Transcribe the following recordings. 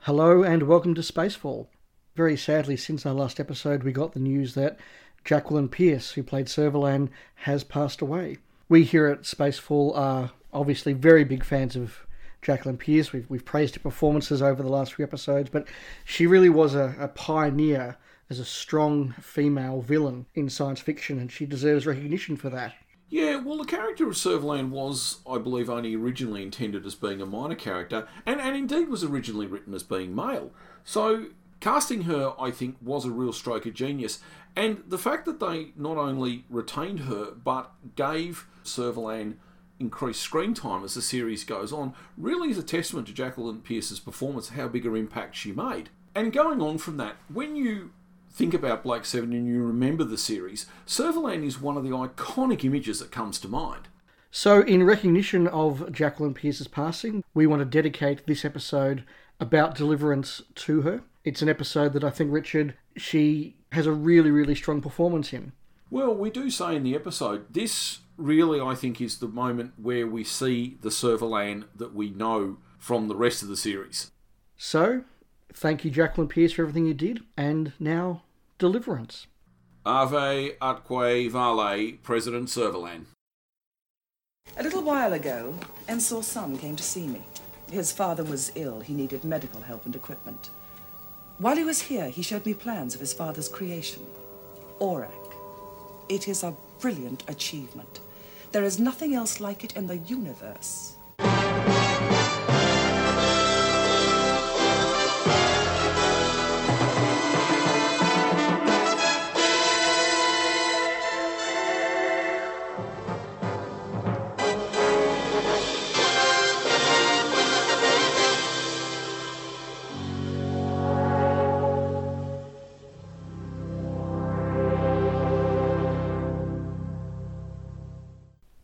Hello and welcome to Spacefall. Very sadly, since our last episode, we got the news that Jacqueline Pierce, who played Servalan, has passed away. We here at Spacefall are obviously very big fans of Jacqueline Pierce. We've, we've praised her performances over the last few episodes, but she really was a, a pioneer as a strong female villain in science fiction, and she deserves recognition for that. Yeah, well, the character of Servalan was, I believe, only originally intended as being a minor character, and, and indeed was originally written as being male. So, casting her, I think, was a real stroke of genius. And the fact that they not only retained her, but gave Servalan increased screen time as the series goes on, really is a testament to Jacqueline Pierce's performance, how big her impact she made. And going on from that, when you think about Black Seven and you remember the series, Servalan is one of the iconic images that comes to mind. So, in recognition of Jacqueline Pierce's passing, we want to dedicate this episode about deliverance to her. It's an episode that I think, Richard, she has a really, really strong performance in. Well, we do say in the episode, this really, I think, is the moment where we see the Servalan that we know from the rest of the series. So, thank you, Jacqueline Pierce, for everything you did. And now, deliverance. Ave atque vale, President Servalan. A little while ago, Ensor's son came to see me. His father was ill. He needed medical help and equipment. While he was here, he showed me plans of his father's creation, Aurak. It is a brilliant achievement. There is nothing else like it in the universe.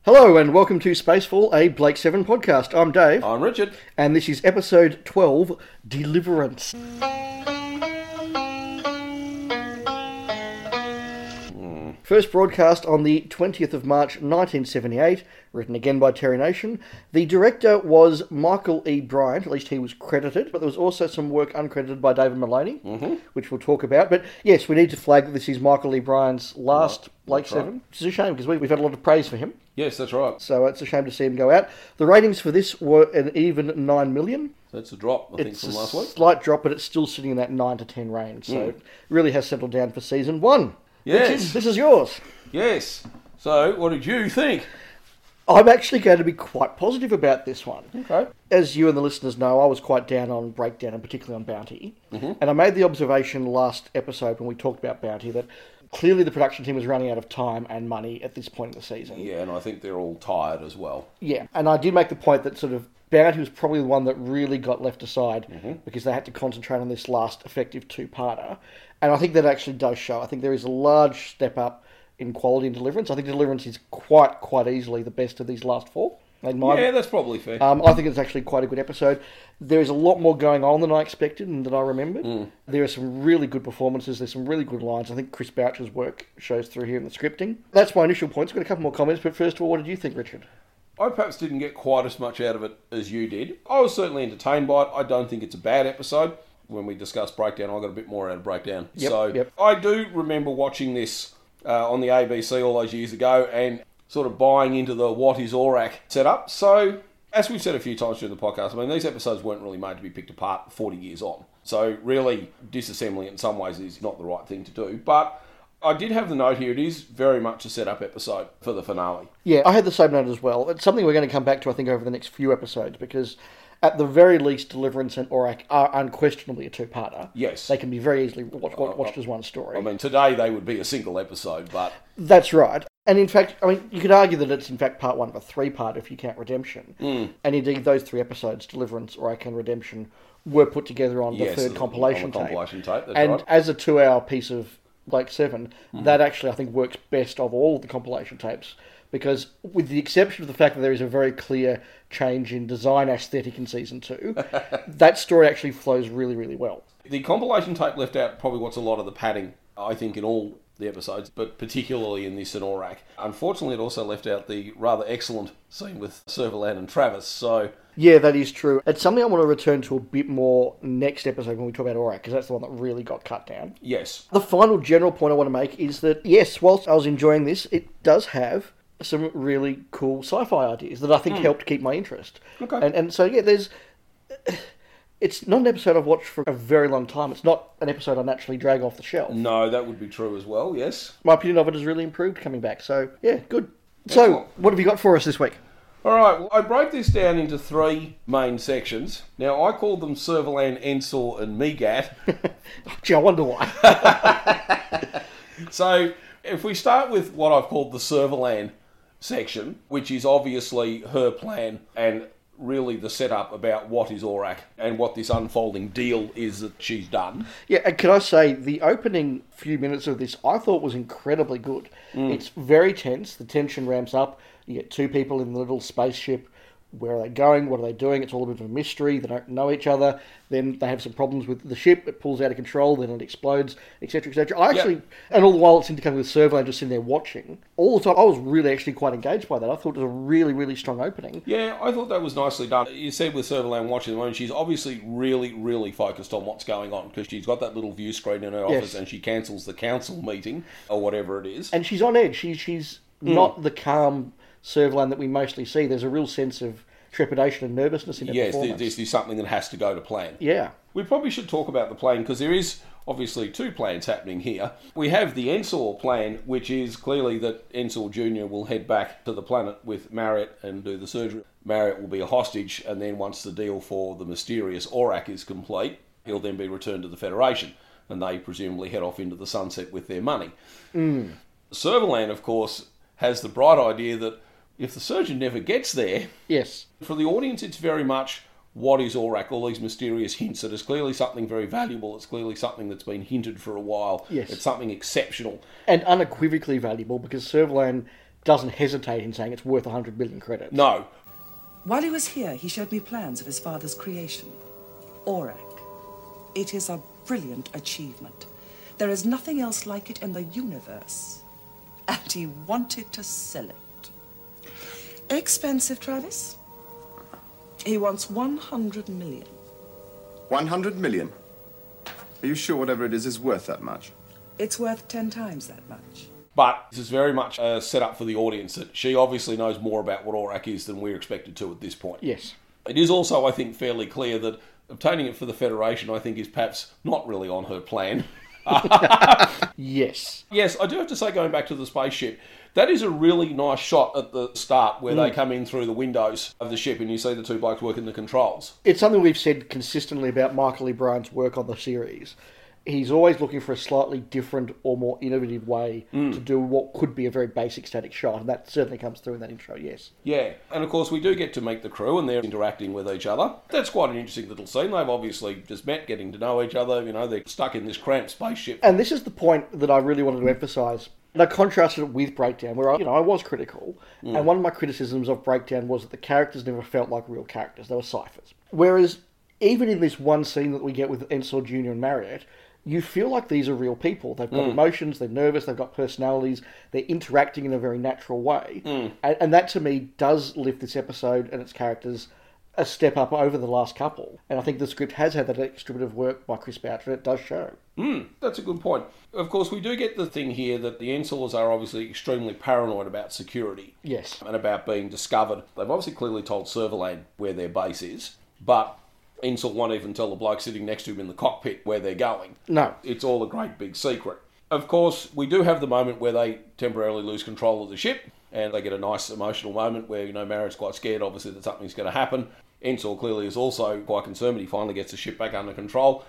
Hello, and welcome to Spacefall, a Blake 7 podcast. I'm Dave, I'm Richard. and this is episode 12 Deliverance. First broadcast on the 20th of March 1978, written again by Terry Nation. The director was Michael E. Bryant, at least he was credited, but there was also some work uncredited by David Maloney, which we'll talk about. But yes, we need to flag that this is Michael E. Bryant's last Blake 7, which is a shame because we- we've had a lot of praise for him. Yes, that's right. So it's a shame to see him go out. The ratings for this were an even 9 million. That's a drop, I It's a slight drop, but it's still sitting in that 9 to 10 range. So it really has settled down for season one. Hmm. Yes. Richard, this is yours. Yes. So, what did you think? I'm actually going to be quite positive about this one. Okay. As you and the listeners know, I was quite down on Breakdown and particularly on Bounty. Mm-hmm. And I made the observation last episode when we talked about Bounty that clearly the production team was running out of time and money at this point in the season. Yeah, and I think they're all tired as well. Yeah, and I did make the point that sort of Bounty was probably the one that really got left aside because they had to concentrate on this last effective two-parter, and I think that actually does show. I think there is a large step up in quality and Deliverance. I think Deliverance is quite quite easily the best of these last four. In my Yeah, that's probably fair. um, I think it's actually quite a good episode. There is a lot more going on than I expected and than I remembered. There are some really good performances. There's some really good lines. I think Chris Boucher's work shows through here in the scripting. That's my initial points. Got a couple more comments, but first of all, what did you think, Richard? I perhaps didn't get quite as much out of it as you did. I was certainly entertained by it. I don't think it's a bad episode. When we discussed Breakdown, I got a bit more out of Breakdown. Yep, so yep. I do remember watching this uh, on the ABC all those years ago and sort of buying into the what is Aurak setup. So, as we've said a few times during the podcast, I mean, these episodes weren't really made to be picked apart 40 years on. So, really, disassembling it in some ways is not the right thing to do. But I did have the note here it is very much a setup episode for the finale. Yeah, I had the same note as well. It's something we're going to come back to, I think, over the next few episodes because, at the very least, Deliverance and Aurak are unquestionably a two-parter. Yes. uh, they can be very easily watched, watched as one story. I mean, today they would be a single episode, but That's right. And in fact, I mean, you could argue that it's in fact part one of a three-part if you count Redemption. Mm. And indeed, those three episodes, Deliverance, Aurak, and Redemption, were put together on the Yes, third on the compilation tape. compilation tape, that's and right. Mm-hmm. as a two-hour piece of Blake Seven, that actually I think works best of all the compilation tapes because, with the exception of the fact that there is a very clear change in design aesthetic in season two, that story actually flows really, really well. the compilation tape left out probably what's a lot of the padding, I think, in all the episodes, but particularly in this and Aurak. Unfortunately, it also left out the rather excellent scene with Servalan and Travis. So Yeah, that is true. It's something I want to return to a bit more next episode when we talk about Aurak, because that's the one that really got cut down. yes, The final general point I want to make is that, yes, whilst I was enjoying this, it does have some really cool sci fi ideas that I think helped keep my interest. Hmm. Okay. And, and so, yeah, there's. It's not an episode I've watched for a very long time. It's not an episode I naturally drag off the shelf. no, that would be true as well. Yes. My opinion of it has really improved coming back. So, yeah, good. So, Excellent. what have you got for us this week? All right, well, I broke this down into three main sections. Now, I called them Servalan, Ensor, and Megat. Gee, I wonder why. so, if we start with what I've called the Servalan section, which is obviously her plan and really the setup about what is Aurak and what this unfolding deal is that she's done. Yeah, and can I say the opening few minutes of this I thought was incredibly good. It's very tense. The tension ramps up. You get two people in the little spaceship. Where are they going? What are they doing? It's all a bit of a mystery. They don't know each other. Then they have some problems with the ship. It pulls out of control. Then it explodes, etc., etc. I actually, and all the while it's intercoming with Servo and just sitting there watching all the time. I was really actually quite engaged by that. I thought it was a really, really strong opening. Yeah, I thought that was nicely done. You said with Servalan watching the moment, she's obviously really, really focused on what's going on because she's got that little view screen in her Yes. office and she cancels the council meeting or whatever it is. and she's on edge. She's she's Hmm. not the calm Servalan that we mostly see. There's a real sense of trepidation and nervousness in her Yes, th- performance. this is something that has to go to plan. yeah, We probably should talk about the plan because there is obviously two plans happening here. We have the Ensor plan, which is clearly that Ensor Jr. will head back to the planet with Marriott and do the surgery. Marriott will be a hostage, and then once the deal for the mysterious Aurak is complete, he'll then be returned to the Federation, and they presumably head off into the sunset with their money. Serverland, of course, has the bright idea that if the surgeon never gets there, yes, for the audience, it's very much what is Aurak, all these mysterious hints. It is clearly something very valuable. It's clearly something that's been hinted for a while. Yes. It's something exceptional. and unequivocally valuable because Servalan doesn't hesitate in saying it's worth 100 billion credits. No. While he was here, he showed me plans of his father's creation, Aurak. It is a brilliant achievement. There is nothing else like it in the universe. And he wanted to sell it. Expensive, Travis. He wants 100 million. 100 million? Are you sure whatever it is is worth that much? It's worth 10 times that much. But this is very much a setup for the audience that she obviously knows more about what Aurak is than we're expected to at this point. Yes, It is also, I think, fairly clear that obtaining it for the Federation, I think, is perhaps not really on her plan. yes, Yes, I do have to say, going back to the spaceship, that is a really nice shot at the start where Mm. they come in through the windows of the ship and you see the two blokes working the controls. it's something we've said consistently about Michael E. Bryan's work on the series. He's always looking for a slightly different or more innovative way Hmm. to do what could be a very basic static shot, and that certainly comes through in that intro. Yes, Yeah, and of course we do get to meet the crew and they're interacting with each other. That's quite an interesting little scene. They've obviously just met, getting to know each other. You know, they're stuck in this cramped spaceship. And this is the point that I really wanted to emphasise. And I contrasted it with Breakdown, where I, you know I was critical, and one of my criticisms of Breakdown was that the characters never felt like real characters; they were ciphers. Whereas, even in this one scene that we get with Ensor Junior and Marriott, you feel like these are real people. They've got emotions, they're nervous, they've got personalities, they're interacting in a very natural way, and, and that to me does lift this episode and its characters a step up over the last couple. And I think the script has had that extra bit of work by Chris Boucher, and it does show. That's a good point. Of course, we do get the thing here that the Ensors are obviously extremely paranoid about security. Yes. and about being discovered. They've obviously clearly told Serverland where their base is, but Insel won't even tell the bloke sitting next to him in the cockpit where they're going. No. It's all a great big secret. Of course, we do have the moment where they temporarily lose control of the ship, and they get a nice emotional moment where, you know, Marriott's quite scared, obviously, that something's going to happen. Insel clearly is also quite concerned, but he finally gets the ship back under control.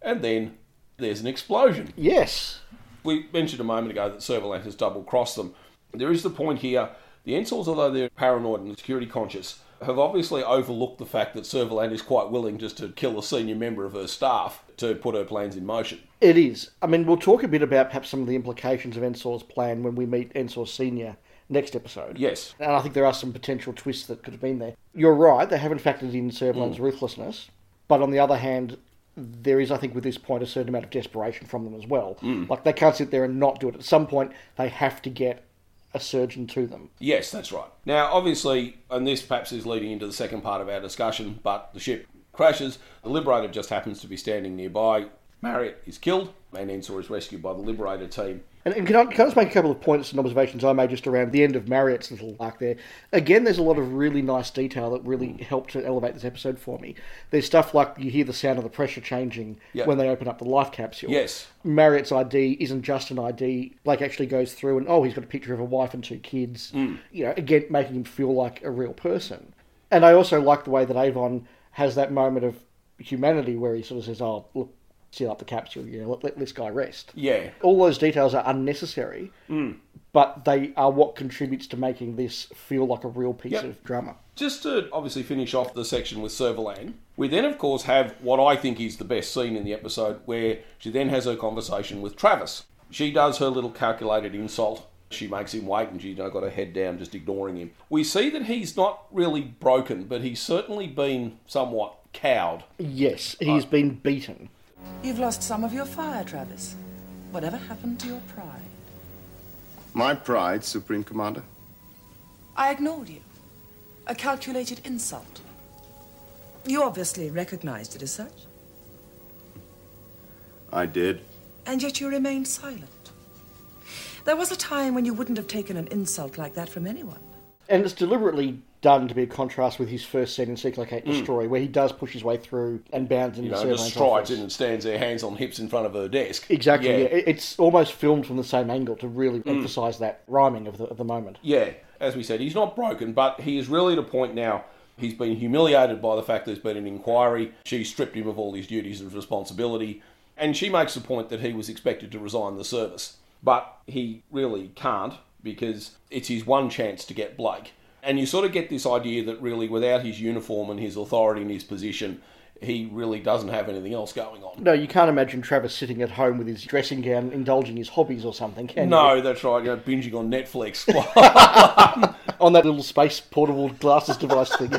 And then there's an explosion Yes. we mentioned a moment ago that Servalant has double crossed them. There is the point here the Ensors, although they're paranoid and security conscious, have obviously overlooked the fact that Servalant is quite willing just to kill a senior member of her staff to put her plans in motion. It is. I mean, we'll talk a bit about perhaps some of the implications of Ensor's plan when we meet Ensor Senior next episode. Yes. And I think there are some potential twists that could have been there. You're right, they haven't factored in Servalan's ruthlessness, but on the other hand, there is, I think, with this point, a certain amount of desperation from them as well. Like they can't sit there and not do it. At some point, they have to get a surgeon to them. Yes, that's right. Now, obviously, and this perhaps is leading into the second part of our discussion, but the ship crashes. The Liberator just happens to be standing nearby. Marriott is killed, and Ensor is rescued by the Liberator team. And, and can, I, can I just make a couple of points and observations I made just around the end of Marriott's little arc there? Again, there's a lot of really nice detail that really Hmm. helped to elevate this episode for me. There's stuff like you hear the sound of the pressure changing Yeah. when they open up the life capsule. Yes. Marriott's ID isn't just an ID. Blake actually goes through and, oh, he's got a picture of a wife and two kids. Hmm. You know, again, making him feel like a real person. And I also like the way that Avon has that moment of humanity where he sort of says, oh, look, seal up the capsule, you know, let, let this guy rest Yeah, all those details are unnecessary, but they are what contributes to making this feel like a real piece Yep. of drama. Just to obviously finish off the section with Servalan, we then, of course, have what I think is the best scene in the episode where she then has her conversation with Travis. She does her little calculated insult. She makes him wait and she's you know, got her head down, just ignoring him. We see that he's not really broken, but he's certainly been somewhat cowed. Yes, he's been beaten. You've lost some of your fire, Travis. Whatever happened to your pride? My pride, Supreme Commander. I ignored you. A calculated insult. You obviously recognized it as such, I did. and yet you remained silent. There was a time when you wouldn't have taken an insult like that from anyone. And it's deliberately done to be a contrast with his first scene in Seek Locate Destroy, where he does push his way through Mm. and bounds into You know, the just Servant's strides office. in and stands there, hands on hips in front of her desk. Exactly. Yeah. Mm. It- It's almost filmed from the same angle to really emphasise that rhyming of the, of the moment. Yeah, as we said, he's not broken, but he is really at a point now. He's been humiliated by the fact there's been an inquiry. She stripped him of all his duties and responsibility, and she makes the point that he was expected to resign the service, but he really can't because it's his one chance to get Blake. And you sort of get this idea that really, without his uniform and his authority and his position, he really doesn't have anything else going on. No, you can't imagine Travis sitting at home with his dressing gown, indulging his hobbies or something, can you? No, that's right. You know, binging on Netflix. On that little space portable glasses device thing.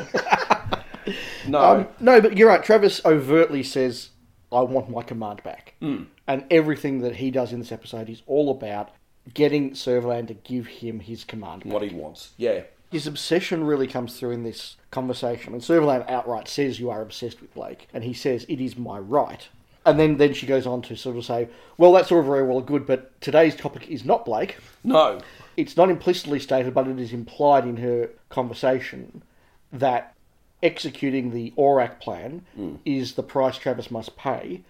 no, Um, no, but you're right. Travis overtly says, "I want my command back," mm. and everything that he does in this episode is all about getting Serverland to give him his command. back. what he wants. Yeah, His obsession really comes through in this conversation. And Serverland outright says, "You are obsessed with Blake," and he says, "It is my right." And then, then she goes on to sort of say, "Well, that's all very well and good, but today's topic is not Blake." no. it's not implicitly stated, but it is implied in her conversation that executing the ORAC plan is the price Travis must pay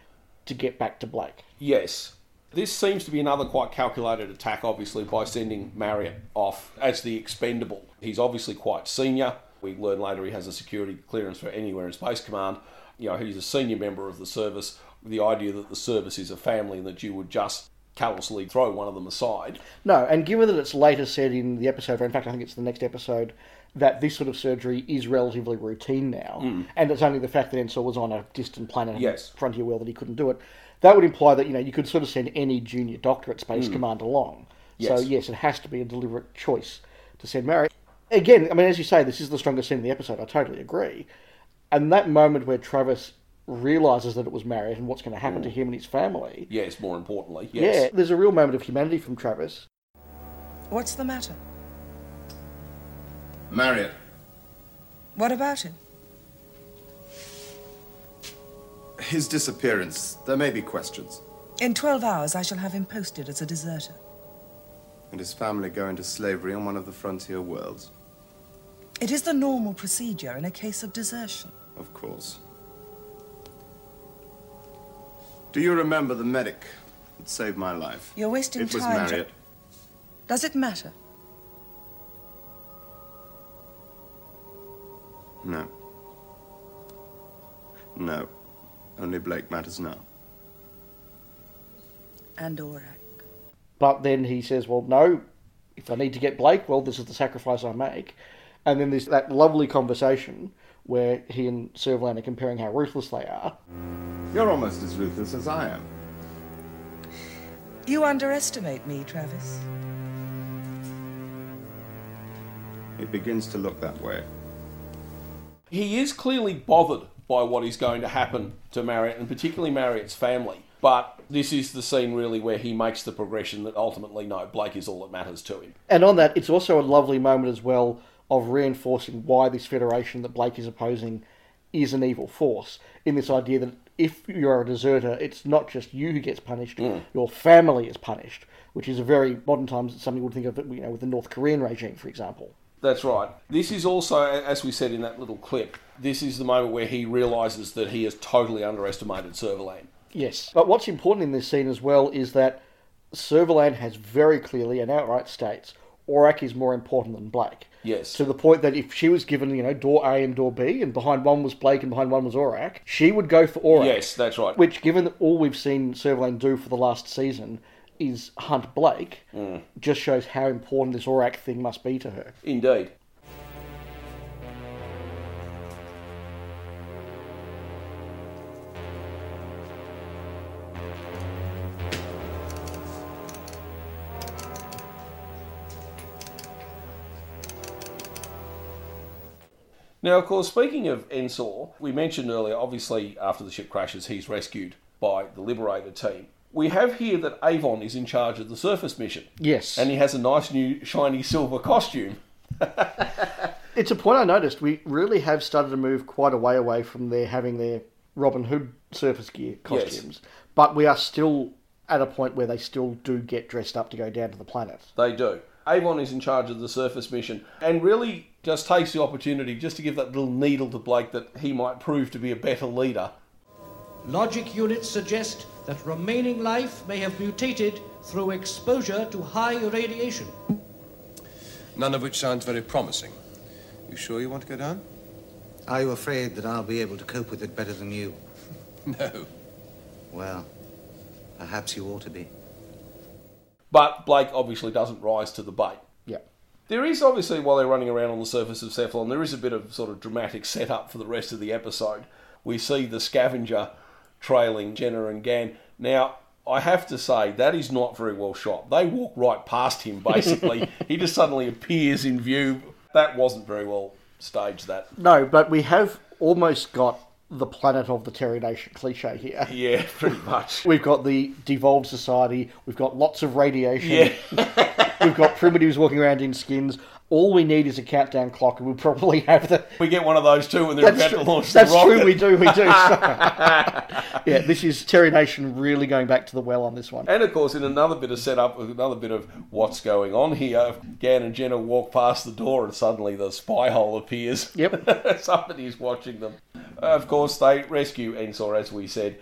to get back to Blake. Yes. This seems to be another quite calculated attack, obviously, by sending Marriott off as the expendable. He's obviously quite senior. We learn later he has a security clearance for anywhere in Space Command. You know, he's a senior member of the service. The idea that the service is a family and that you would just callously throw one of them aside. No, and given that it's later said in the episode, or in fact, I think it's the next episode, that this sort of surgery is relatively routine now, and it's only the fact that Ensor was on a distant planet, Mm. Yes. frontier world, that he couldn't do it. That would imply that you know you could sort of send any junior doctor at Space Command along. So Mm. Yes. yes, it has to be a deliberate choice to send Marriott. Again, I mean, as you say, this is the strongest scene in the episode. I totally agree. And that moment where Travis realizes that it was Marriott and what's going to happen to him and his family. Yes, more importantly. Mm. Yes. Yeah, there's a real moment of humanity from Travis. What's the matter? Marriott, What about him? his disappearance. There may be questions. In 12 hours, I shall have him posted as a deserter. And his family go into slavery on one of the frontier worlds, It is the normal procedure in a case of desertion. of course. Do you remember the medic that saved my life? You're wasting it was time, Jack. Marriott. Does it matter? No. No. Only Blake matters now. And Aurak. But then he says, "Well, no. If I need to get Blake, well, this is the sacrifice I make." And then there's that lovely conversation where he and Servalan are comparing how ruthless they are. You're almost as ruthless as I am. You underestimate me, Travis. It begins to look that way. He is clearly bothered by what is going to happen to Marriott and particularly Marriott's family. But this is the scene really where he makes the progression that ultimately, no, Blake is all that matters to him. And on that, it's also a lovely moment as well of reinforcing why this federation that Blake is opposing is an evil force. In this idea that if you're a deserter, it's not just you who gets punished; your family is punished, which is a very modern times something you would think of, you know, with the North Korean regime, for example. That's right. This is also, as we said in that little clip, this is the moment where he realizes that he has totally underestimated Serverland. Yes. But what's important in this scene as well is that Serverland has very clearly and outright states Aurak is more important than Blake. Yes. To the point that if she was given, you know, door A and door B, and behind one was Blake and behind one was Aurak, she would go for Aurak. Yes, that's right. Which, given that all we've seen Serverland do for the last season is hunt Blake, just shows how important this Aurak thing must be to her. Indeed. Now, of course, speaking of Ensor, we mentioned earlier, obviously, after the ship crashes, he's rescued by the Liberator team. We have here that Avon is in charge of the surface mission. Yes. And he has a nice new shiny silver costume. It's a point I noticed. We really have started to move quite a way away from their having their Robin Hood surface gear costumes, but we are still at a point where they still do get dressed up to go down to the planet. They do. Avon is in charge of the surface mission and really just takes the opportunity just to give that little needle to Blake that he might prove to be a better leader. Logic units suggest that remaining life may have mutated through exposure to high radiation. None of which sounds very promising. You sure you want to go down? Are you afraid that I'll be able to cope with it better than you? No. Well, perhaps you ought to be. But Blake obviously doesn't rise to the bait. Yeah. There is obviously, while they're running around on the surface of Cephalon, there is a bit of sort of dramatic setup for the rest of the episode. We see the scavenger trailing Jenna and Gan. Now, I have to say, that is not very well shot. They walk right past him, basically. he just suddenly appears in view. That wasn't very well staged, that. No, but we have almost got the planet of the Terry Nation cliche here. Yeah, pretty much. We've got the devolved society. We've got lots of radiation. we've got primitives walking around in skins. All we need is a countdown clock, and we'll probably have the. We get one of those too when they're That's, about true. to launch That's the rocket. true. We do. We do. yeah, this is Terry Nation really going back to the well on this one. And of course, in another bit of setup, with another bit of what's going on here, Gan and Jenna walk past the door and suddenly the spy hole appears. Yep. Somebody's watching them. Of course, they rescue Ensor, as we said.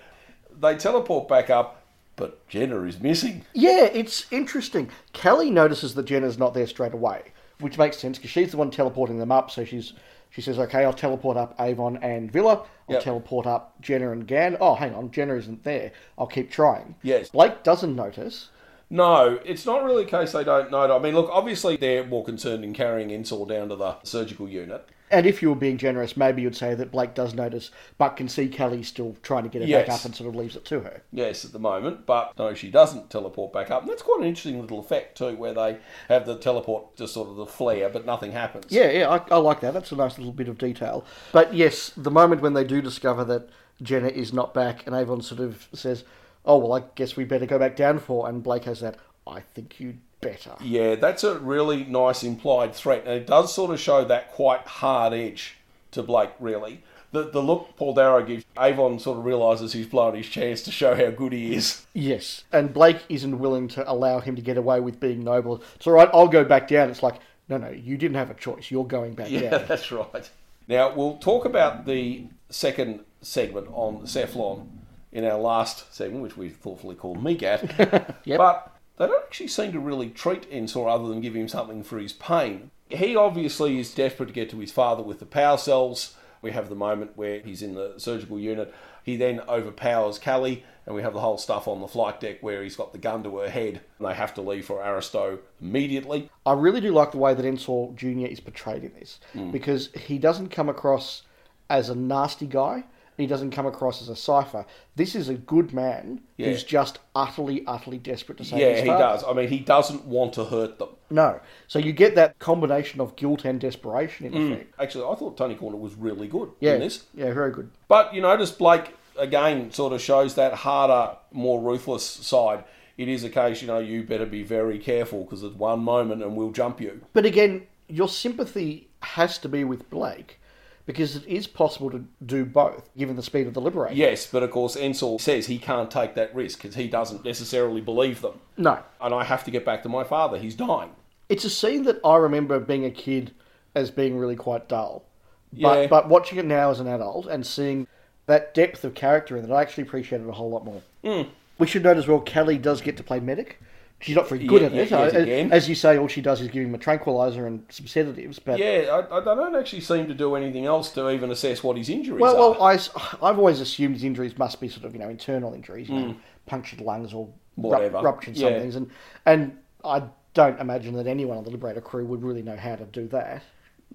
They teleport back up, but Jenna is missing. Yeah, it's interesting. Kelly notices that Jenna's not there straight away, which makes sense because she's the one teleporting them up. So she's she says, "Okay, I'll teleport up Avon and Villa. I'll Yep. teleport up Jenna and Gan. Oh, hang on, Jenna isn't there. I'll keep trying." Yes. Blake doesn't notice. No, it's not really a case they don't know. I mean, look, obviously they're more concerned in carrying Ensor down to the surgical unit. And if you were being generous, maybe you'd say that Blake does notice, but can see Kelly still trying to get her back Yes. up and sort of leaves it to her. Yes, at the moment, but no, she doesn't teleport back up. And that's quite an interesting little effect too, where they have the teleport just sort of the flare, but nothing happens. Yeah, yeah, I, I like that. That's a nice little bit of detail. But yes, the moment when they do discover that Jenna is not back, and Avon sort of says, "Oh well, I guess we better go back down for," and Blake has that. I think you'd better. Yeah, that's a really nice implied threat, and it does sort of show that quite hard edge to Blake, really. The, the look Paul Darrow gives, Avon sort of realises he's blown his chance to show how good he is. Yes, and Blake isn't willing to allow him to get away with being noble. It's all right. I'll go back down. It's like, no, no, you didn't have a choice. You're going back Yeah, down. that's right. Now, we'll talk about the second segment on Cephalon in our last segment, which we thoughtfully called Megat. But they don't actually seem to really treat Ensor other than give him something for his pain. He obviously is desperate to get to his father with the power cells. We have the moment where he's in the surgical unit. He then overpowers Callie, and we have the whole stuff on the flight deck where he's got the gun to her head, and they have to leave for Aristo immediately. I really do like the way that Ensor Hmm. Jr. is portrayed in this because he doesn't come across as a nasty guy. he doesn't come across as a cipher. This is a good man who's Yeah. just utterly, utterly desperate to save Yeah, his he father. does. I mean, he doesn't want to hurt them. No. So you get that combination of guilt and desperation in effect. Actually, I thought Tony Corner was really good Yeah. Hmm. in this. Yeah, very good. But you notice Blake again sort of shows that harder, more ruthless side. It is a case, you know, you better be very careful because it's one moment and we'll jump you. But again, your sympathy has to be with Blake because it is possible to do both given the speed of the Liberator. Yes, but of course, Ensor says he can't take that risk because he doesn't necessarily believe them. No. And I have to get back to my father. He's dying. It's a scene that I remember being a kid as being really quite dull. But, Yeah. but watching it now as an adult and seeing that depth of character in it, I actually appreciate it a whole lot more. Hmm. We should note as well, Kelly does get to play medic. She's not very good Yeah, at it. yeah, yes, Uh, again. As you say, all she does is give him a tranquilizer and some sedatives. But Yeah, I, I don't actually seem to do anything else to even assess what his injuries well, are. well, I, have always assumed his injuries must be sort of you know internal injuries, you know, punctured lungs or ru- Hmm. Whatever. ruptured Yeah. somethings, and and I don't imagine that anyone on the Liberator crew would really know how to do that.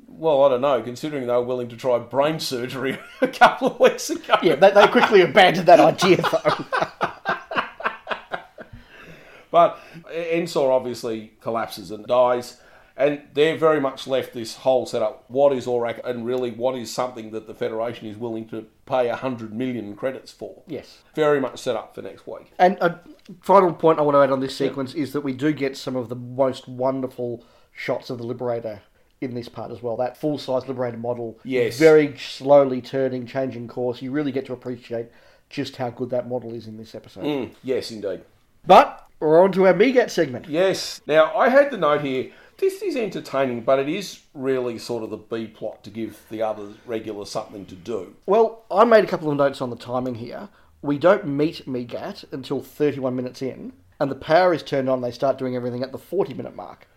well, I don't know, considering they were willing to try brain surgery a couple of weeks ago. Yeah, they, they quickly abandoned that idea though. But Ensor obviously collapses and dies. And they're very much left this whole setup. What is Aurak and really what is something that the Federation is willing to pay 100 million credits for? Yes. Very much set up for next week. And a final point I want to add on this sequence is that we do get some of the most wonderful shots of the Liberator in this part as well. That full size Liberator model, Yes. very slowly turning, changing course. You really get to appreciate just how good that model is in this episode. Mm, yes, indeed. But we're on to our MeGAT segment. Yes. Now, I had the note here. This is entertaining, but it is really sort of the B plot to give the other regular something to do. Well, I made a couple of notes on the timing here. We don't meet MeGAT until 31 minutes in, and the power is turned on. They start doing everything at the 40 minute mark.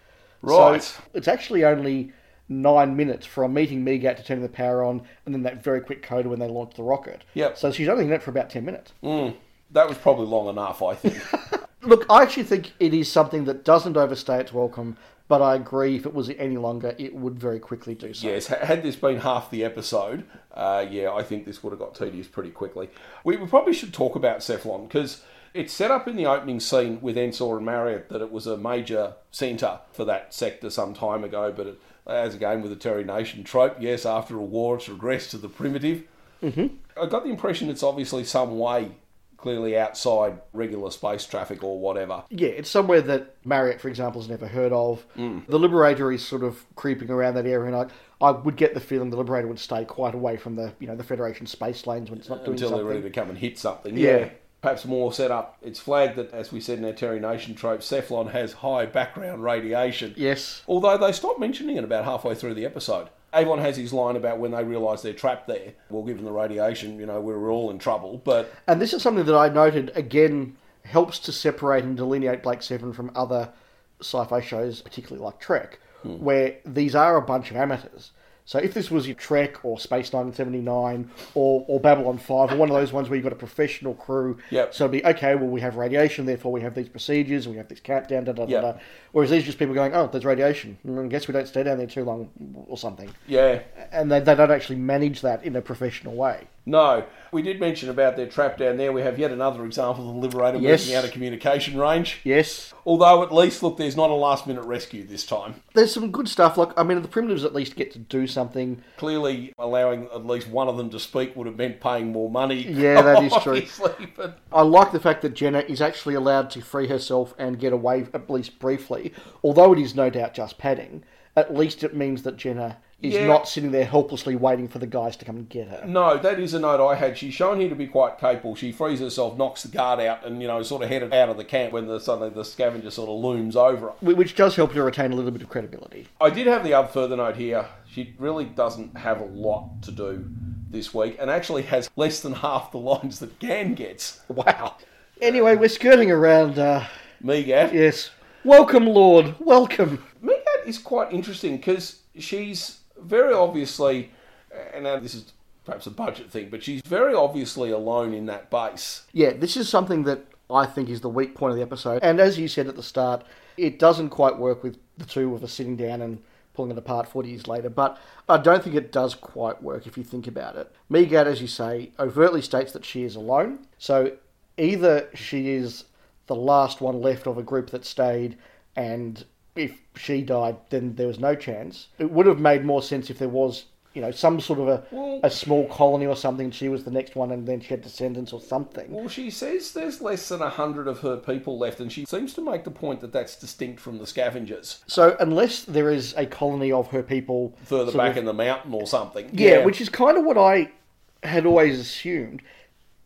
Right. So it's actually only nine minutes from meeting Megat to turning the power on, and then that very quick coda when they launch the rocket. Yep. So she's only in it for about 10 minutes. That was probably long enough, I think. Look, I actually think it is something that doesn't overstay its welcome, but I agree if it was any longer, it would very quickly do so. Yes, ha- had this been half the episode, uh, yeah, I think this would have got tedious pretty quickly. We, we probably should talk about Cephalon because it's set up in the opening scene with Ensor and Marriott that it was a major centre for that sector some time ago, but it, as again with the Terry Nation trope, yes, after a war it's regressed to the primitive. I got the impression it's obviously some way clearly outside regular space traffic or whatever. Yeah, it's somewhere that Marriott, for example, has never heard of. Mm. The Liberator is sort of creeping around that area, and I, I would get the feeling the Liberator would stay quite away from the, you know, the Federation space lanes when it's not doing Uh, until something. they're ready to come and hit something. Yeah. Perhaps more set up. It's flagged that, as we said in our Terry Nation trope, Cephalon has high background radiation. Yes. Although they stopped mentioning it about halfway through the episode. Avon has his line about when they realise they're trapped there. Well, given the radiation, you know, we're all in trouble. But And this is something that I noted again helps to separate and delineate Blake Seven from other sci-fi shows, particularly like Trek, Hmm. where these are a bunch of amateurs. So if this was your Trek or Space 1979 or, or Babylon 5 or one of those ones where you've got a professional crew, Yep. so it'd be, okay, well, we have radiation, therefore we have these procedures, we have this countdown, da da da Yep. da. Whereas these are just people going, oh, there's radiation. Mm, I guess we don't stay down there too long or something. yeah, And they, they don't actually manage that in a professional way. no. We did mention about their trap down there. We have yet another example of the Liberator Yes. moving out of communication range. Yes. Although, at least, look, there's not a last minute rescue this time. there's some good stuff. Like I mean, the primitives at least get to do something. Clearly, allowing at least one of them to speak would have meant paying more money. Yeah, that is true. obviously, But I like the fact that Jenna is actually allowed to free herself and get away at least briefly, although it is no doubt just padding. At least it means that Jenna is Yeah. not sitting there helplessly waiting for the guys to come and get her. no, that is a note I had. She's shown here to be quite capable. She frees herself, knocks the guard out, and you know, sort of headed out of the camp when the, suddenly the scavenger sort of looms over her. Wh- Which does help to retain a little bit of credibility. I did have the other further note here. She really doesn't have a lot to do this week, and actually has less than half the lines that Gan gets. Wow, Anyway, we're skirting around. Uh, Megat. yes, welcome, Lord. Welcome. Megat is quite interesting because she's very obviously, and now this is perhaps a budget thing, but she's very obviously alone in that base. Yeah, this is something that I think is the weak point of the episode. And as you said at the start, it doesn't quite work with the two of us sitting down and pulling it apart 40 years later, but I don't think it does quite work if you think about it. Megad, as you say, overtly states that she is alone, so either she is the last one left of a group that stayed, and if she died, then there was no chance. It would have made more sense if there was, you know, some sort of a, a small colony or something, and she was the next one, and then she had descendants or something. Well, she says there's less than a hundred of her people left, and she seems to make the point that that's distinct from the scavengers So unless there is a colony of her people further sort back of- in the mountain or something. yeah, which is kind of what I had always assumed.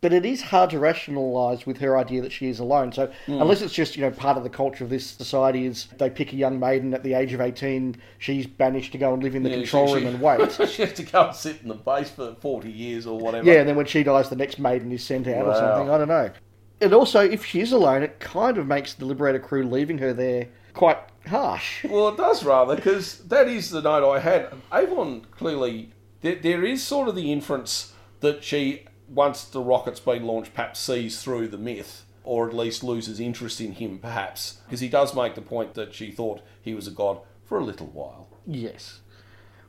But it is hard to rationalise with her idea that she is alone. So Hmm. unless it's just you know part of the culture of this society is they pick a young maiden at the age of eighteen, she's banished to go and live in the Yeah, control she- room she- and wait. she has to go and sit in the base for forty years or whatever. yeah, and then when she dies, the next maiden is sent out or Wow. something. I don't know. And also, if she is alone, it kind of makes the Liberator crew leaving her there quite harsh. Well, it does rather, because that is the note I had. Avon clearly, there, there is sort of the inference that she, once the rocket's been launched, perhaps sees through the myth, or at least loses interest in him, perhaps, because he does make the point that she thought he was a god for a little while. Yes.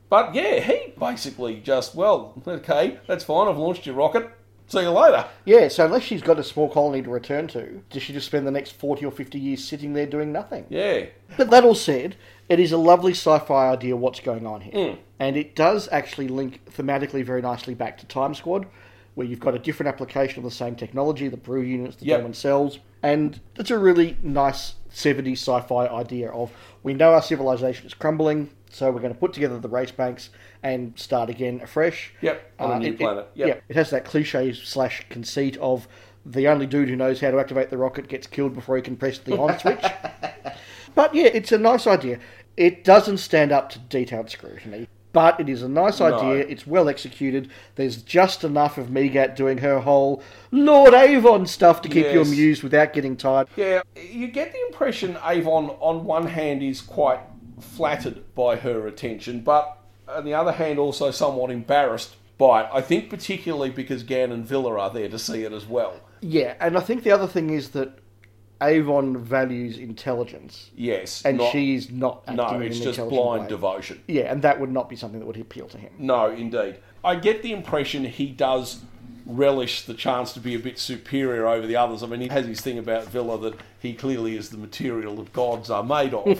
But yeah, he basically just, well, okay, that's fine, I've launched your rocket, see you later. Yeah, so unless she's got a small colony to return to, does she just spend the next 40 or 50 years sitting there doing nothing? Yeah. But that all said, it is a lovely sci fi idea what's going on here. Mm. And it does actually link thematically very nicely back to Time Squad, where you've got a different application of the same technology the brew units, the Yep. dormant cells. And it's a really nice 70s sci fi idea of we know our civilization is crumbling, so we're going to put together the race banks and start again afresh. Uh, Yep, on a new it- it- planet. Yep. yeah, it has that cliche slash conceit of the only dude who knows how to activate the rocket gets killed before he can press the on switch. But yeah, it's a nice idea. It doesn't stand up to detailed scrutiny, but it is a nice idea. It's well executed. There's just enough of Megat doing her whole Lord Avon stuff to keep you Yes. amused without getting tired. Yeah, you get the impression Avon, on one hand, is quite flattered by her attention, but on the other hand, also somewhat embarrassed by it. I think particularly because Gan and Villa are there to see it as well. Yeah, and I think the other thing is that Avon values intelligence, Yes, and not- she is not. Acting no, in it's an just intelligent blind way. devotion. Yeah, and that would not be something that would appeal to him. No, indeed. I get the impression he does relish the chance to be a bit superior over the others. I mean, he has his thing about Villa that he clearly is the material that gods are made of.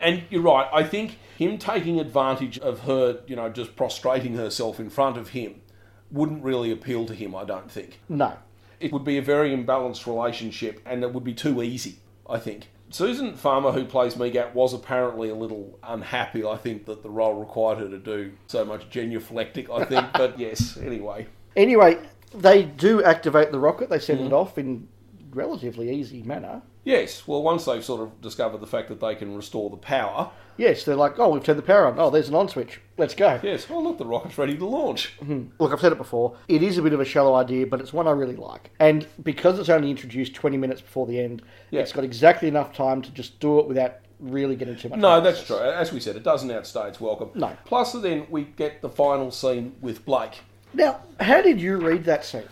and you're right. I think him taking advantage of her, you know, just prostrating herself in front of him wouldn't really appeal to him, I don't think. No. It would be a very imbalanced relationship and it would be too easy, I think. Susan Farmer, who plays Megat, was apparently a little unhappy, I think, that the role required her to do so much genuflectic, I think. but yes, anyway. Anyway, they do activate the rocket. They Mm-hmm. send it off in relatively easy manner. Yes, well, once they've sort of discovered the fact that they can restore the power, Yes, they're like, oh, we've turned the power on. Oh, there's an on switch. Let's go. yes, well, look, the rocket's ready to launch. Look, I've said it before. It is a bit of a shallow idea, but it's one I really like. And because it's only introduced 20 minutes before the end, Yeah. it's got exactly enough time to just do it without really getting too much. No, access. that's true. As we said, it doesn't outstay its welcome. No. Plus, then we get the final scene with Blake. Now, how did you read that scene?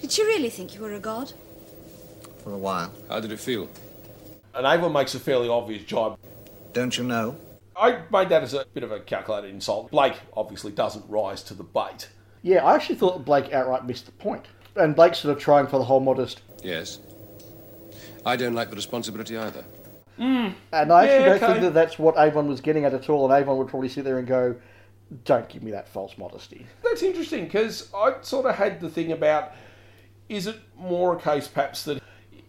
Did you really think you were a god? For a while. How did it feel? And Avon makes a fairly obvious jibe. Don't you know? I made that as a bit of a calculated insult. Blake obviously doesn't rise to the bait. Yeah, I actually thought that Blake outright missed the point. And Blake's sort of trying for the whole modest. Yes. I don't like the responsibility either. And I actually Yeah, don't okay. think that that's what Avon was getting at at all. And Avon would probably sit there and go, don't give me that false modesty. That's interesting because I sort of had the thing about is it more a case perhaps that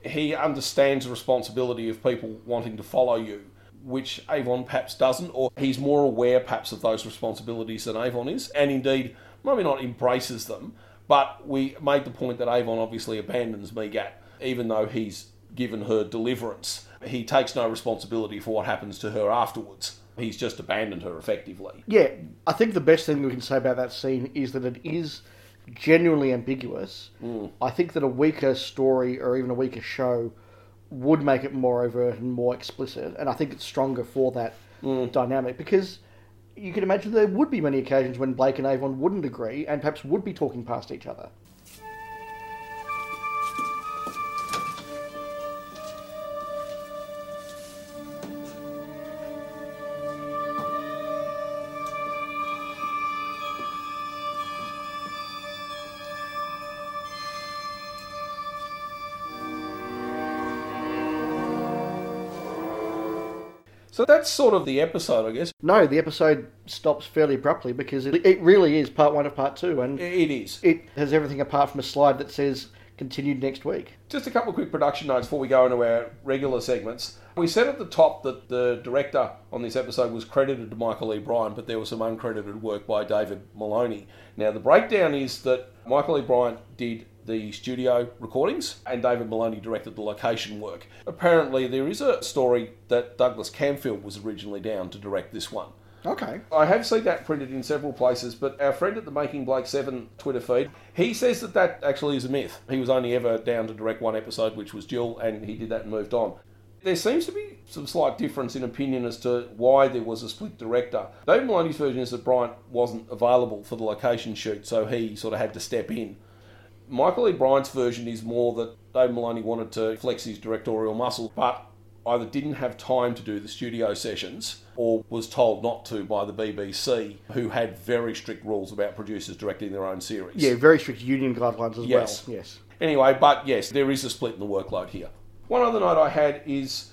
he understands the responsibility of people wanting to follow you, which Avon perhaps doesn't, or he's more aware perhaps of those responsibilities than Avon is, and indeed maybe not embraces them. But we made the point that Avon obviously abandons Megat, even though he's given her deliverance. He takes no responsibility for what happens to her afterwards. He's just abandoned her effectively. Yeah, I think the best thing we can say about that scene is that it is genuinely ambiguous. I think that a weaker story or even a weaker show would make it more overt and more explicit, and I think it's stronger for that dynamic because you can imagine there would be many occasions when Blake and Avon wouldn't agree and perhaps would be talking past each other. So that's sort of the episode, I guess. No, the episode stops fairly abruptly because it, it really is part one of part two, and It is. it has everything apart from a slide that says continued next week. Just a couple of quick production notes before we go into our regular segments. We said at the top that the director on this episode was credited to Michael E. Bryan, but there was some uncredited work by David Maloney. Now, the breakdown is that Michael E. Bryan did the studio recordings and David Maloney directed the location work. Apparently, there is a story that Douglas Camfield was originally down to direct this one. Okay. I have seen that printed in several places, but our friend at the Making Blake 7 Twitter feed, he says that that actually is a myth. He was only ever down to direct one episode, which was Jill, and he did that and moved on. There seems to be some slight difference in opinion as to why there was a split director. David Maloney's version is that Bryant wasn't available for the location shoot, so he sort of had to step in. Michael E. Bryant's version is more that David Maloney wanted to flex his directorial muscle, but either didn't have time to do the studio sessions or was told not to by the BBC, who had very strict rules about producers directing their own series. Yeah, very strict union guidelines as Yes. well. Yes. Anyway, but yes, there is a split in the workload here. One other note I had is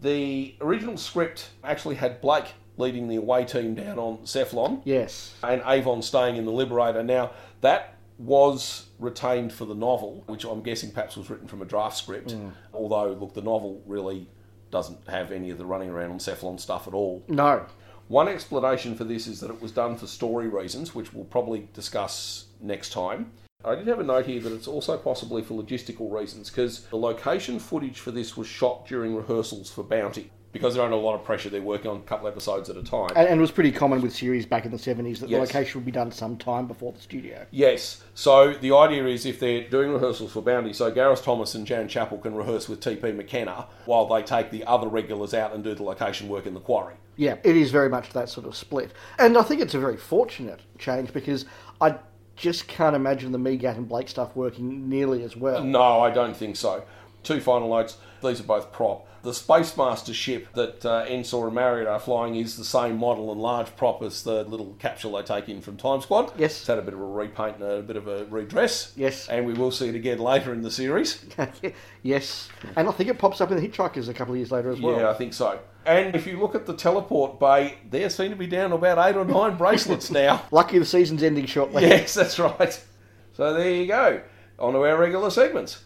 the original script actually had Blake leading the away team down on Cephalon Yes. and Avon staying in the Liberator. Now that was retained for the novel, which I'm guessing perhaps was written from a draft script. Although, look, the novel really doesn't have any of the running around on Cephalon stuff at all. No. One explanation for this is that it was done for story reasons, which we'll probably discuss next time. I did have a note here that it's also possibly for logistical reasons because the location footage for this was shot during rehearsals for Bounty because they're under a lot of pressure. They're working on a couple episodes at a time. And, and it was pretty common with series back in the 70s that the Yes. location would be done sometime before the studio. Yes. So the idea is if they're doing rehearsals for Bounty, so Gareth Thomas and Jan Chappell can rehearse with TP McKenna while they take the other regulars out and do the location work in the quarry. Yeah, it is very much that sort of split. And I think it's a very fortunate change because I just can't imagine the Megat and Blake stuff working nearly as well. No, I don't think so. Two final notes. These are both prop. The Space Master ship that uh, Ensor and Marriott are flying is the same model and large prop as the little capsule they take in from Time Squad. Yes. It's had a bit of a repaint and a bit of a redress. Yes. And we will see it again later in the series. yes. And I think it pops up in the Hitchhikers a couple of years later as well. Yeah, I think so. And if you look at the teleport bay, there seem to be down about eight or nine bracelets now. Lucky the season's ending shortly. Yes, that's right. So there you go. On to our regular segments.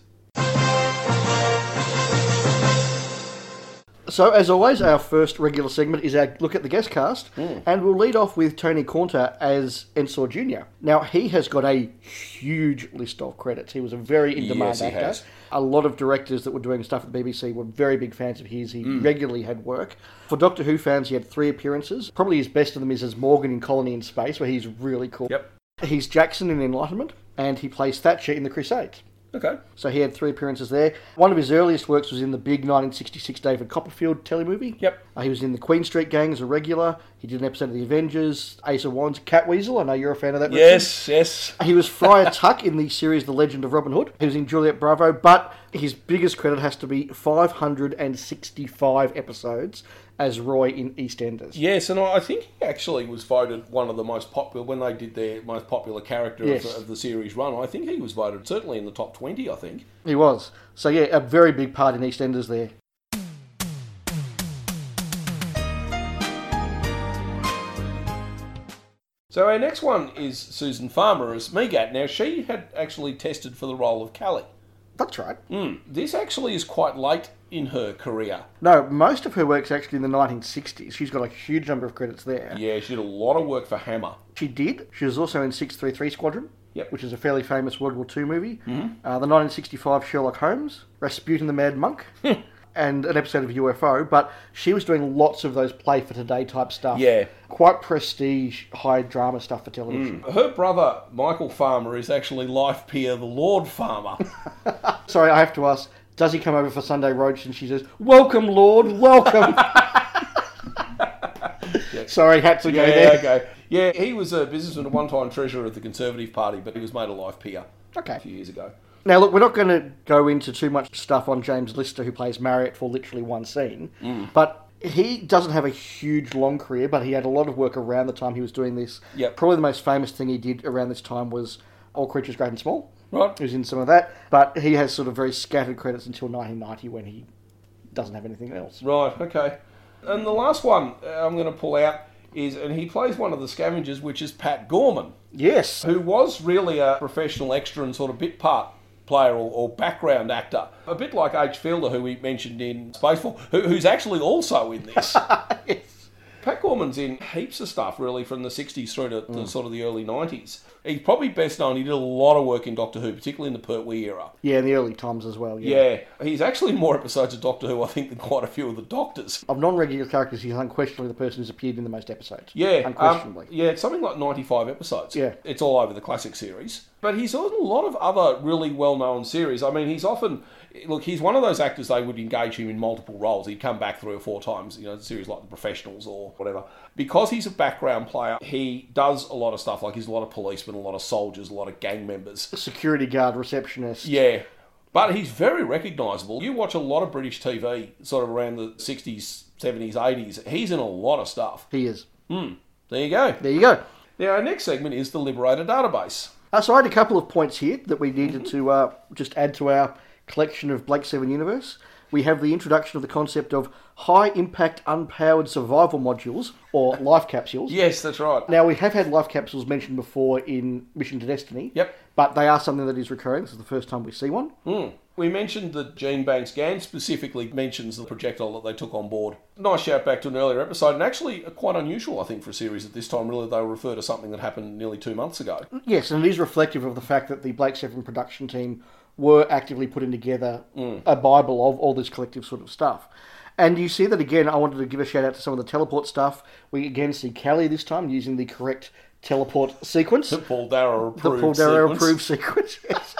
So, as always, our first regular segment is our look at the guest cast, Hmm. and we'll lead off with Tony Cornter as Ensor Jr. Now, he has got a huge list of credits. He was a very in demand Yes, he actor. has. A lot of directors that were doing stuff at the BBC were very big fans of his. Hmm. He regularly had work. For Doctor Who fans, he had three appearances. Probably his best of them is as Morgan in Colony in Space, where he's really cool. Yep. He's Jackson in Enlightenment, and he plays Thatcher in The Crusades. Okay. So he had three appearances there. One of his earliest works was in the big 1966 David Copperfield telemovie. Yep. Uh, he was in the Queen Street Gang as a regular. He did an episode of The Avengers, Ace of Wands, Catweasel. I know you're a fan of that. Richard. Yes, yes. He was Friar Tuck in the series The Legend of Robin Hood. He was in Juliet Bravo, but his biggest credit has to be 565 episodes as Roy in EastEnders. Yes, and I I think he actually was voted one of the most popular when they did their most popular character Yes. of, the, of the series run. I think he was voted certainly in the top twenty. I think. He was. So, yeah, a very big part in EastEnders there. So our next one is Susan Farmer as Megat. Now she had actually tested for the role of Callie. That's right. Mm. This actually is quite late in her career. No, most of her work's actually in the 1960s. She's got a huge number of credits there. Yeah, she did a lot of work for Hammer. She did. She was also in 633 Squadron, Yep. Mm-hmm. which is a fairly famous World War II movie. Uh, the 1965 Sherlock Holmes, Rasputin the Mad Monk, and an episode of UFO. But she was doing lots of those play for today type stuff. Yeah. Quite prestige, high drama stuff for television. Her brother Michael Farmer is actually life peer the Lord Farmer. Sorry, I have to ask. Does he come over for Sunday roast and she says, "Welcome, Lord, welcome"? Sorry, had to go yeah, there. okay. Yeah, he was a businessman, a one-time treasurer of the Conservative Party, but he was made a life peer Okay. a few years ago. Now, look, we're not going to go into too much stuff on James Lister, who plays Marriott for literally one scene, Mm. but he doesn't have a huge long career, but he had a lot of work around the time he was doing this. Yep. Probably the most famous thing he did around this time was All Creatures Great and Small. Right. He was in some of that, but he has sort of very scattered credits until 1990 when he doesn't have anything else. Right, okay. And the last one uh, I'm going to pull out is, and he plays one of the scavengers, which is Pat Gorman, Yes. who was really a professional extra and sort of bit part player or, or background actor, a bit like H. Fielder, who we mentioned in Spaceball, who, who's actually also in this. Yes. Pat Gorman's in heaps of stuff, really, from the 60s through to, Mm. to sort of the early 90s. He's probably best known, he did a lot of work in Doctor Who, particularly in the Pertwee era. Yeah, in the early times as well. Yeah. Yeah, he's actually in more episodes of Doctor Who, I think, than quite a few of the Doctors. Of non-regular characters, he's unquestionably the person who's appeared in the most episodes. Yeah, Unquestionably. um, yeah, it's something like 95 episodes. Yeah. It's all over the classic series. But he's on a lot of other really well known series. I mean, he's often, look, he's one of those actors they would engage him in multiple roles. He'd come back three or four times, you know, series like The Professionals or whatever. Because he's a background player, he does a lot of stuff. Like he's a lot of policemen, a lot of soldiers, a lot of gang members. Security guard, receptionist. Yeah. But he's very recognisable. You watch a lot of British TV sort of around the 60s, 70s, 80s. He's in a lot of stuff. He is. There you go. There you go. Now, our next segment is the Liberator Database. Uh, so I had a couple of points here that we needed to uh, just add to our collection of Blake Seven Universe. We have the introduction of the concept of high impact unpowered survival modules or life capsules. Yes, that's right. Now we have had life capsules mentioned before in Mission to Destiny. Yep. But they are something that is recurring. This is the first time we see one. hmm, We mentioned that Gene Banks Gann specifically mentions the projectile that they took on board. Nice shout back to an earlier episode, and actually uh, quite unusual, I think, for a series at this time. Really, they refer to something that happened nearly two months ago. Yes, and it is reflective of the fact that the Blake Seven production team were actively putting together a Bible of all this collective sort of stuff. And you see that again, I wanted to give a shout out to some of the teleport stuff. We again see Callie this time using the correct teleport sequence. The Paul Darrow the approved. Paul Darrow sequence. approved sequence. Yes.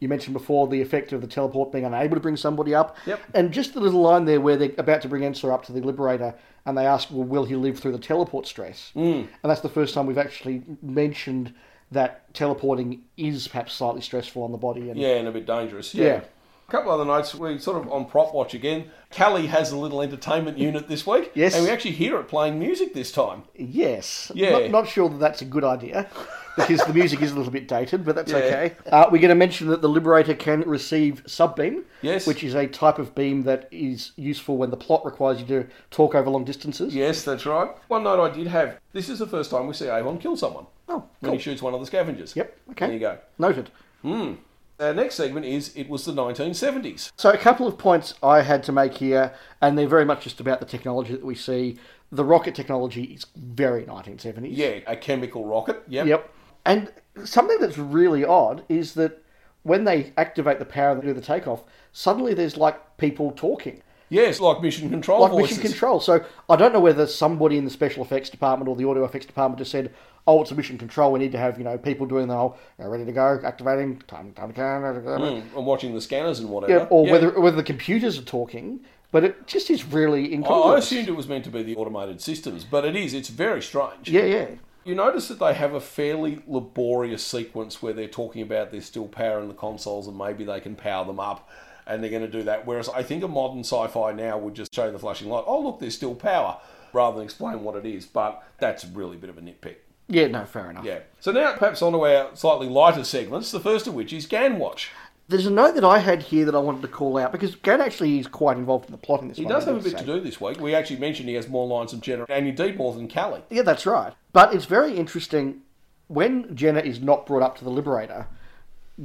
you mentioned before the effect of the teleport being unable to bring somebody up. Yep. And just the little line there where they're about to bring Ensor up to the Liberator and they ask, well, will he live through the teleport stress? Hmm. Mm. And that's the first time we've actually mentioned that teleporting is perhaps slightly stressful on the body. And Yeah, and a bit dangerous. Yeah. Yeah. A couple other notes. We sort of on prop watch again. Callie has a little entertainment unit this week. Yes. And we actually hear it playing music this time. Yes. Yeah. Not, not sure that that's a good idea because the music is a little bit dated, but that's Yeah. okay. Uh, we're going to mention that the Liberator can receive subbeam, Yes. which is a type of beam that is useful when the plot requires you to talk over long distances. Yes, that's right. One note I did have. This is the first time we see Avon kill someone. Oh, When cool. he shoots one of the scavengers. Yep. Okay. There you go. Noted. Our next segment is It Was the 1970s. So a couple of points I had to make here, and they're very much just about the technology that we see. The rocket technology is very 1970s. Yeah, a chemical rocket. Yep. Yep. And something that's really odd is that when they activate the power and do the takeoff, suddenly there's like people talking. Yes, like mission control Like voices. mission control. So I don't know whether somebody in the special effects department or the audio effects department just said, "Oh, it's a mission control. We need to have you know people doing the whole you know, ready to go, activating, time, time, time, time, time, Mm, and watching the scanners and whatever. yeah, or Yeah. whether whether the computers are talking. But it just is really Oh, I, I incongruous. assumed it was meant to be the automated systems, but it is. It's very strange. Yeah, yeah, You notice that they have a fairly laborious sequence where they're talking about there's still power in the consoles and maybe they can power them up and they're going to do that. Whereas I think a modern sci fi now would just show the flashing light, oh, look, there's still power, rather than explain what it is. But that's really a bit of a nitpick. yeah. No, fair enough. Yeah. So now perhaps on to our slightly lighter segments, the first of which is Gan Watch. There's a note that I had here that I wanted to call out because Gan actually is quite involved in the plot in this. He one, does I have a would bit say. to do this week. We actually mentioned he has more lines than Jenner, and indeed more than Callie. Yeah, that's right. But it's very interesting when Jenna is not brought up to the Liberator.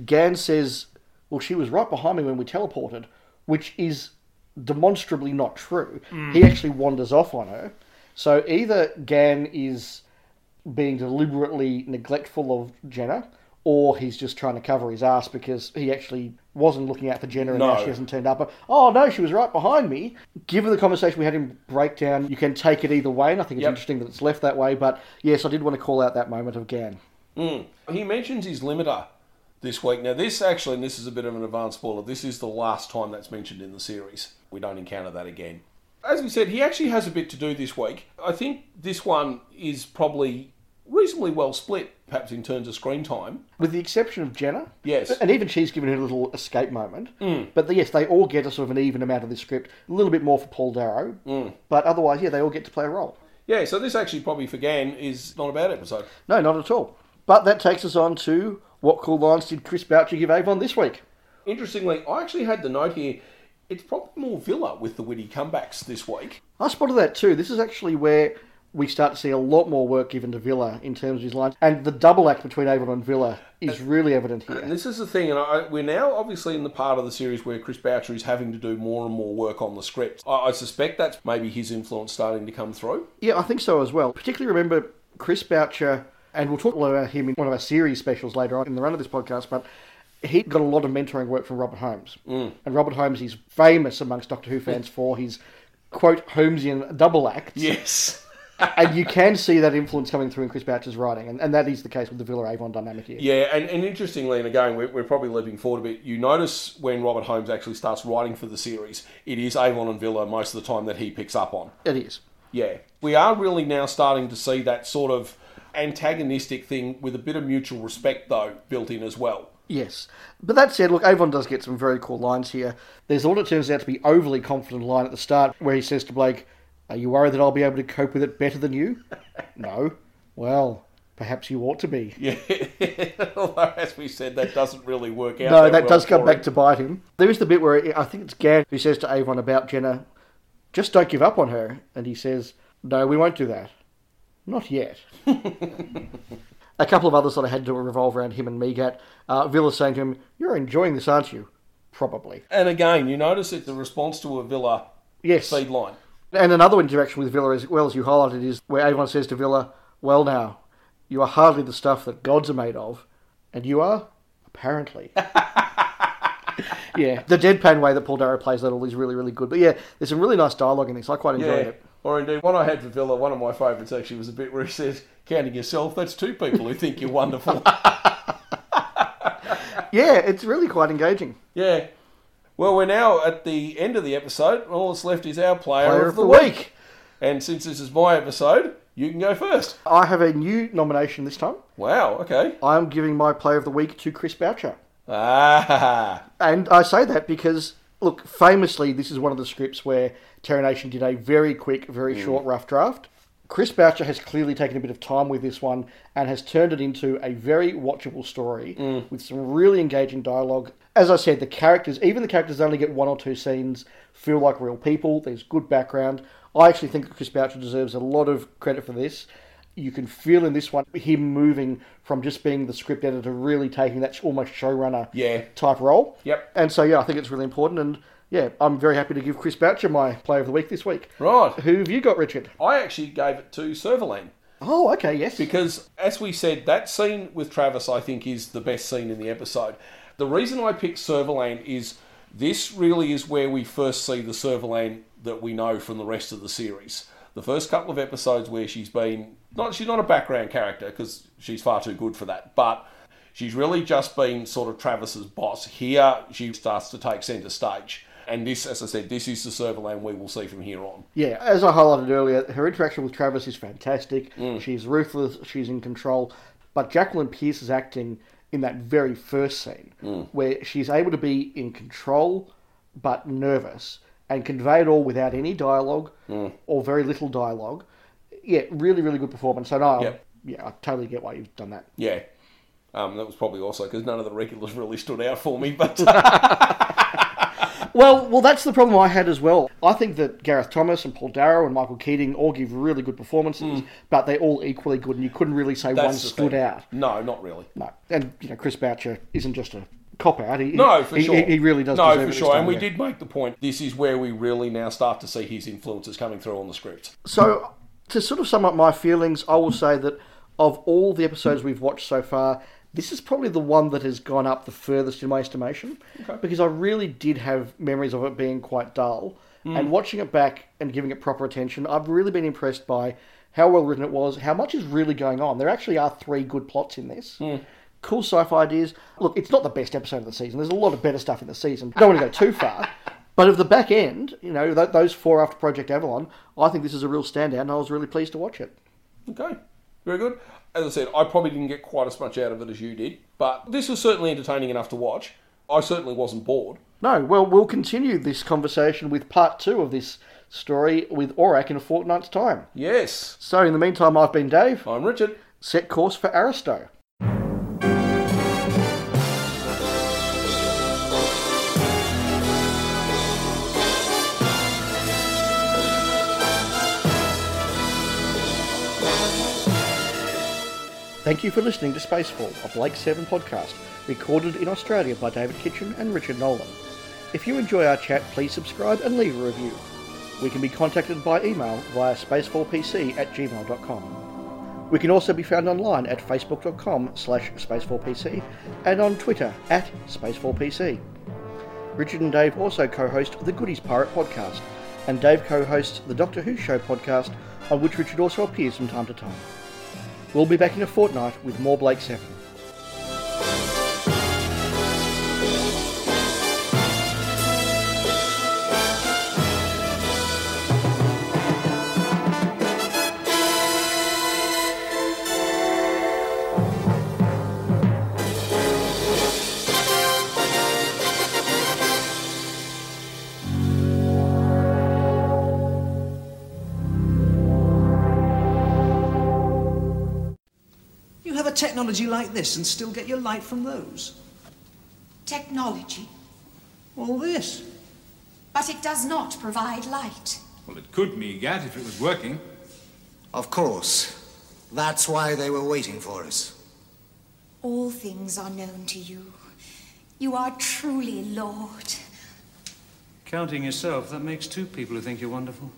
Gan says, "Well, she was right behind me when we teleported," which is demonstrably not true. He actually wanders off on her. So either Gan is being deliberately neglectful of Jenna, or he's just trying to cover his ass because he actually wasn't looking out for Jenna and now No. she hasn't turned up. Oh no, she was right behind me. Given the conversation we had in breakdown, you can take it either way, and I think it's Yep. interesting that it's left that way. But yes, I did want to call out that moment of Gan. Hmm. He mentions his limiter this week. Now, this actually, and this is a bit of an advanced spoiler, this is the last time that's mentioned in the series. We don't encounter that again. As we said, he actually has a bit to do this week. I think this one is probably reasonably well split, perhaps in terms of screen time. With the exception of Jenna. Yes. Hmm. And even she's given her little escape moment. But yes, they all get a sort of an even amount of the script. A little bit more for Paul Darrow. Hmm. But otherwise, yeah, they all get to play a role. Yeah, so this actually probably for Gan is not a bad episode. No, not at all. But that takes us on to what cool lines did Chris Boucher give Avon this week? Interestingly, I actually had the note here It's probably more Villa with the witty comebacks this week. I spotted that too. This is actually where we start to see a lot more work given to Villa in terms of his lines. And the double act between Avon and Villa is really evident And here. this is the thing, and I, we're now obviously in the part of the series where Chris Boucher is having to do more and more work on the script. I, I suspect that's maybe his influence starting to come through. Yeah, I think so as well. Particularly remember Chris Boucher, and we'll talk about him in one of our series specials later on in the run of this podcast, but he got a lot of mentoring work from Robert Holmes. Mm. And Robert Holmes is famous amongst Doctor Who fans for his quote Holmesian double acts. Yes. and you can see that influence coming through in Chris Boucher's writing, and, and that is the case with the Villa Avon dynamic here. Yeah, and, and interestingly, and again, we're, we're probably leaping forward a bit. You notice when Robert Holmes actually starts writing for the series, it is Avon and Villa most of the time that he picks up on. It is. Yeah, we are really now starting to see that sort of antagonistic thing with a bit of mutual respect, though, built in as well. Yes. But that said, look, Avon does get some very cool lines here. There's what it turns out to be overly confident line at the start where he says to Blake, Are you worried that I'll be able to cope with it better than you? no. Well, perhaps you ought to be. Yeah, although as we said, that doesn't really work out. no, that, well does come for back him. to bite him. There is the bit where I think it's Gad who says to Avon about Jenna, Just don't give up on her. And he says, No, we won't do that. Not yet. A couple of others that I had to revolve around him and Megat. Uh, Villa saying to him, You're enjoying this, aren't you? Probably. And again, you notice it's the response to a Villa Yes. feed line. And another interaction with Villa, as well as you highlighted, is where Avon says to Villa, Well, now, you are hardly the stuff that gods are made of, and you are, apparently. yeah, the deadpan way that Paul Darrow plays that all is really, really good. But yeah, there's some really nice dialogue in this. I quite enjoyed Yeah. it. Or indeed, one I had for Villa, one of my favourites actually was a bit where he says, counting yourself, that's two people who think you're wonderful. Yeah, it's really quite engaging. yeah. Well, we're now at the end of the episode. All that's left is our player, Player of, the, week. And since this is my episode, you can go first. I have a new nomination this time. Wow, okay. I am giving my player of the week to Chris Boucher. Ah, And I say that because, look, famously, this is one of the scripts where Terra Nation did a very quick, very short, rough draft. Chris Boucher has clearly taken a bit of time with this one and has turned it into a very watchable story with some really engaging dialogue. As I said, the characters, even the characters that only get one or two scenes, feel like real people. There's good background. I actually think that Chris Boucher deserves a lot of credit for this you can feel in this one him moving from just being the script editor really taking that sh- almost showrunner Yeah. type role. Yep. And so yeah, I think it's really important and yeah, I'm very happy to give Chris Boucher my play of the week this week. right. Who have you got, Richard? I actually gave it to Serverland. Oh, okay, yes. Because, as we said, that scene with Travis, I think, is the best scene in the episode. The reason I picked Serverland is this really is where we first see the Serverland that we know from the rest of the series. The first couple of episodes where she's been not she's not a background character because she's far too good for that, but she's really just been sort of Travis's boss. Here she starts to take centre stage. And this, as I said, this is the Serverland we will see from here on. Yeah, as I highlighted earlier, her interaction with Travis is fantastic. She's ruthless, she's in control. But Jacqueline Pierce is acting in that very first scene where she's able to be in control but nervous and convey it all without any dialogue or very little dialogue. Yeah, really, really good performance. And I, Yep. yeah, I totally get why you've done that. Yeah. Um, that was probably also because none of the regulars really stood out for me, but Well, well, that's the problem I had as well. I think that Gareth Thomas and Paul Darrow and Michael Keating all give really good performances, but they're all equally good, and you couldn't really say one Hmm. That's the stood thing. out. No, not really. No, and you know Chris Boucher isn't just a cop out. He, No, for he, sure. He, he really does. No, deserve it for this sure. time, and we yeah. did make the point. This is where we really now start to see his influences coming through on the script. So to sort of sum up my feelings, I will say that of all the episodes we've watched so far, this is probably the one that has gone up the furthest in my estimation because I really did have memories of it being quite dull. And watching it back and giving it proper attention, I've really been impressed by how well written it was, how much is really going on. There actually are three good plots in this. Cool sci-fi ideas. Look, it's not the best episode of the season. There's a lot of better stuff in the season. Don't want to go too far. But of the back end, you know, th- those four after Project Avalon, I think this is a real standout, and I was really pleased to watch it. Okay, very good. As I said, I probably didn't get quite as much out of it as you did, but this was certainly entertaining enough to watch. I certainly wasn't bored. No, well, we'll continue this conversation with part two of this story with Aurak in a fortnight's time. Yes, So, in the meantime, I've been Dave. I'm Richard. Set course for Aristo. Thank you for listening to Spacefall, a Blake 7 podcast, recorded in Australia by David Kitchen and Richard Nolan. If you enjoy our chat, please subscribe and leave a review. We can be contacted by email via spacefallpc at gmail.com. We can also be found online at facebook.com slash spacefallpc and on Twitter at spacefallpc. Richard and Dave also co-host the Goodies Pirate podcast, and Dave co-hosts the Doctor Who Show podcast, on which Richard also appears from time to time. We'll be back in a fortnight with more Blake 7. You have a technology like this and still get your light from those. Technology. All this. But it does not provide light. Well, it could, Megat, if it was working. Of course. That's why they were waiting for us. All things are known to you. You are truly Lord. Counting yourself, that makes two people who think you're wonderful.